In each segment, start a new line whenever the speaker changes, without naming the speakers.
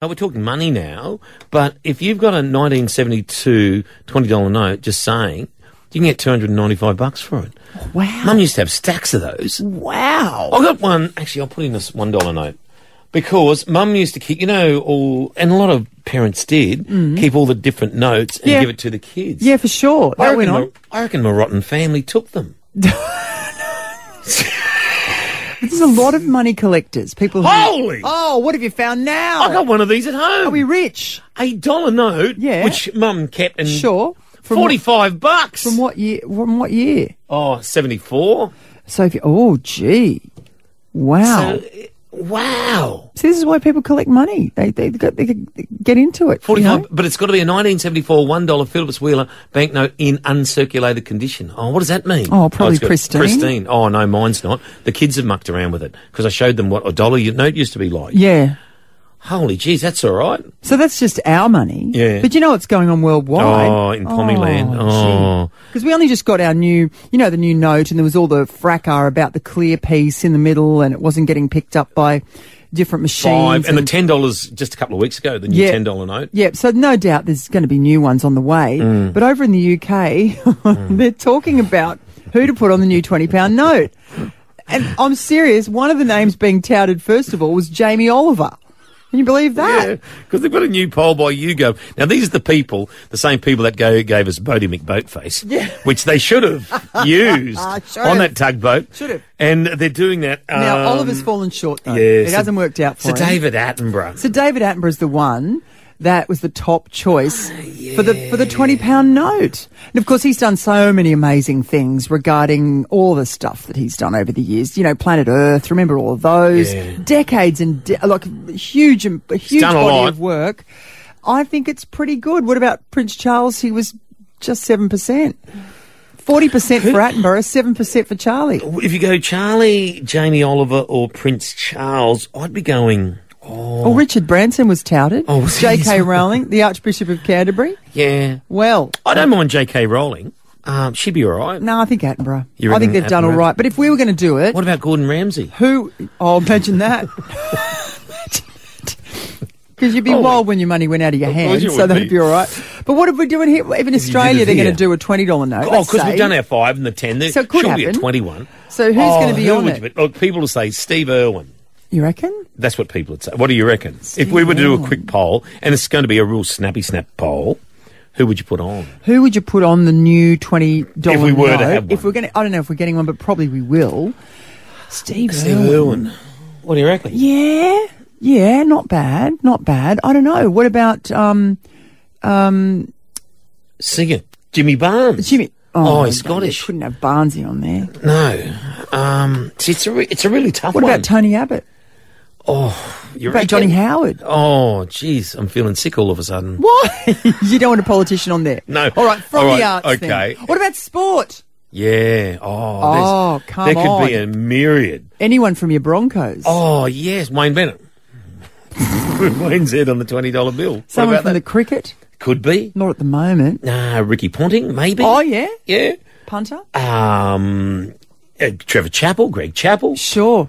Oh, we're talking money now, but if you've got a 1972 $20 note, just saying, you can get 295 bucks for it.
Wow.
Mum oh, used to have stacks of those.
Wow.
I got one. Actually, I'll put in this one dollar note because Mum used to keep, you know, all and a lot of parents did keep all the different notes and
Mm-hmm. Yeah.
give it to the kids.
Yeah, for sure.
I reckon,
That went on.
my, I reckon my rotten family took them.
There's a lot of money collectors. People. Who,
Holy!
Oh, what have you found now?
I got one of these at home.
Are we rich?
a dollar note,
Yeah.
which Mum kept and
Sure. From what-
forty-five bucks.
From what year? From what year?
Oh, 74.
So if you, oh, gee, wow.
So, wow.
See, this is why people collect money. They they, got, they could get into it. you
45,
know?
but it's got to be a 1974 $1 Phillips Wheeler banknote in uncirculated condition. Oh, what does that mean?
Oh, probably
it's got-
pristine.
Pristine. Oh, no, mine's not. The kids have mucked around with it because I showed them what a dollar u- note used to be like.
Yeah.
Holy jeez, that's all right.
So that's just our money.
Yeah.
But you know what's going on worldwide.
Oh, in Pommyland. Oh.
Because we only just got our new, you know, the new note, and there was all the fracas about the clear piece in the middle, and it wasn't getting picked up by different machines.
Five. And the $10 just a couple of weeks ago, the new
Yeah.
$10 note.
Yep, so no doubt there's going to be new ones on the way.
Mm.
But over in the UK, they're talking about who to put on the new £20 note. And I'm serious, one of the names being touted, first of all, was Jamie Oliver. Can you believe that?
Yeah, because they've got a new poll by YouGov. Now, these are the people, the same people that go, gave us Bodie McBoatface, which they should have used
Should
on
have.
that tugboat.
Should have.
And they're doing that. Um,
Now, Oliver's fallen short, though.
yeah,
it
so-
hasn't worked out for
So
him.
David Attenborough.
So David Attenborough's the one that was the top choice
Ah,
for the for the twenty pound note. And of course, he's done so many amazing things regarding all the stuff that he's done over the years. You know, Planet Earth. Remember all of those
Yeah.
decades and de- like huge and a huge
done a
body
lot.
of work. I think it's pretty good. What about Prince Charles? He was just seven percent. Forty percent for Attenborough, seven percent for Charlie.
if you go Charlie, Jamie Oliver, or Prince Charles, I'd be going. Oh,
Well, Richard Branson was touted.
Oh, was he?
J.K. Rowling, the Archbishop of Canterbury.
yeah.
Well,
I don't mind J.K. Rowling. Um, she'd be all right.
No, I think Attenborough.
You
I think
reckon
they've done all
Attenborough?
right. But if we were going to do it,
What about Gordon Ramsay?
who? Oh, imagine that. Because you'd be
Oh,
wild when your money went out of your
course
hands,
you
so
would
that'd
be.
be all right. But what if we're doing here? Even Australia,
it
they're going
here.
to do a twenty dollar note.
Oh,
let's
because we've
say.
done our five and the ten. There
So it could
should be a
happen.
twenty-one.
So who's
Oh,
gonna be
who
on
would
it?
you be- Look, people will say Steve Irwin.
You reckon?
That's what people would say. What do you reckon? if we were to do a quick poll, and it's going to be a real snappy snap poll, who would you put on?
Who would you put on the new twenty dollar?
If we were
note?
to have
if
one.
we're going, to, I don't know if we're getting one, but probably we will. Steve. Irwin.
Irwin. What do you reckon?
Yeah, yeah, not bad, not bad. I don't know. What about um,
Singer. Jimmy Barnes.
Jimmy?
Oh,
no,
he's
no, you
Scottish.
Couldn't have Barnsley on there.
No. Um, see, it's, a re- it's a really tough
What
one.
about Tony Abbott?
You
What about
reckon?
Johnny Howard?
Oh, jeez. I'm feeling sick all of a sudden.
Why? you don't want a politician on there.
No.
All right, from
All right,
the arts. then.
okay.
What about sport?
Yeah. Oh, there's-
Oh, come
There could be a
on.
myriad.
Anyone from your Broncos?
Oh, yes. Wayne Bennett. Wayne's head on the $20 bill. What
Someone
about
from the
that?
cricket?
Could be.
Not at the moment.
Nah, Uh, Ricky Ponting, maybe.
Oh yeah,
Yeah.
punter.
Um, uh, Trevor Chappell, Greg Chappell.
Sure.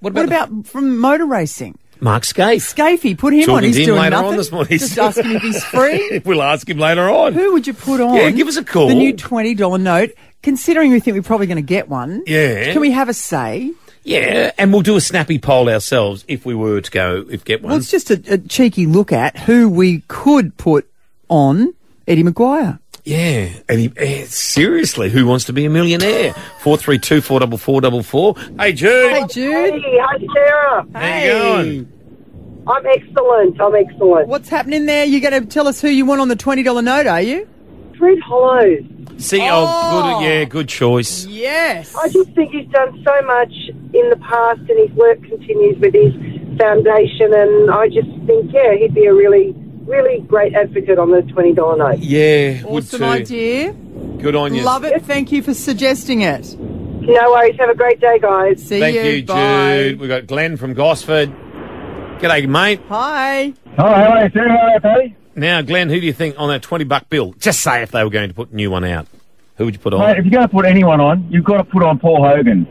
What
What
about,
about from motor racing?
Mark Scaife?
Scafey, put him on.
Talking
He's
to him
doing
later on
nothing.
this morning.
Just ask him if he's free.
we'll ask him later on.
Who would you put on?
Yeah, give us a call.
The new twenty dollar note. Considering we think we're probably going to get one.
Yeah.
Can we have a say?
Yeah, and we'll do a snappy poll ourselves if we were to go, if get one.
Well, it's just a, a cheeky look at who we could put on Eddie Maguire.
yeah, and he, eh, seriously, who wants to be a millionaire? 432 444 Hey, Jude.
Hey, Jude.
Hey, hi Sarah.
How you going?
I'm excellent. I'm excellent.
What's happening there? You're going to tell us who you want on the $20 note, are you?
Fred Hollows.
See, oh,
Oh.
good, yeah, good choice.
Yes.
I just think he's done so much in the past, and his work continues with his foundation. And I just think, yeah, he'd be a really, really great advocate on the twenty dollar note.
Yeah, would
Awesome
too.
idea.
Good on you.
Love it. Thank you for suggesting it.
No worries. Have a great day, guys.
See
Thank you,
Bye.
Jude. We've got Glenn from Gosford. G'day, mate.
Hi.
Hi, how are you, Sarah? How are you, Patty?
Now, Glenn, who do you think on that 20 buck bill? Just say if they were going to put a new one out. Who would you put on?
Mate, if you're going to put anyone on, you've got to put on Paul Hogan.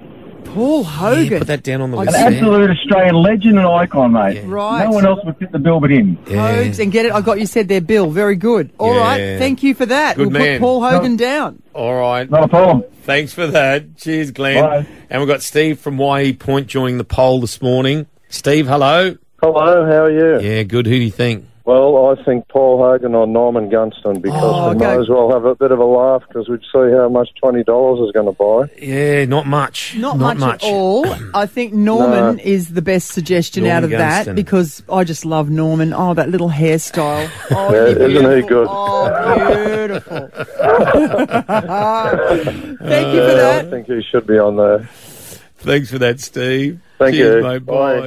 Paul Hogan.
Yeah, put that down on the
An
list.
An
there.
absolute Australian legend and icon, mate.
Right.
No one else would fit the bill but him.
Yeah.
Hogs and get it. I got you said there, Bill. Very good. All
Yeah.
right. Thank you for that.
Good
we'll
man.
put Paul Hogan down.
All right.
Not a problem.
Thanks for that. Cheers, Glenn.
Bye.
And we've got Steve from Waie Point joining the poll this morning. Steve, hello.
Hello, how are you?
Yeah, good. Who do you think?
Well, I think Paul Hogan or Norman Gunston because
Oh,
we
okay.
might as well have a bit of a laugh because we'd see how much twenty dollars is going to buy.
Yeah, not much.
Not, much, at all. I think Norman
No.
is the best suggestion
Norman
out of
Gunston.
that because I just love Norman. Oh, that little hairstyle. Oh,
Yeah,
you're
isn't he
beautiful.
good?
Oh, beautiful. Thank you for
Yeah,
that.
Uh, I think he should be on there.
Thanks for that, Steve.
Thank
Cheers,
you.
mate.
Bye.
Bye.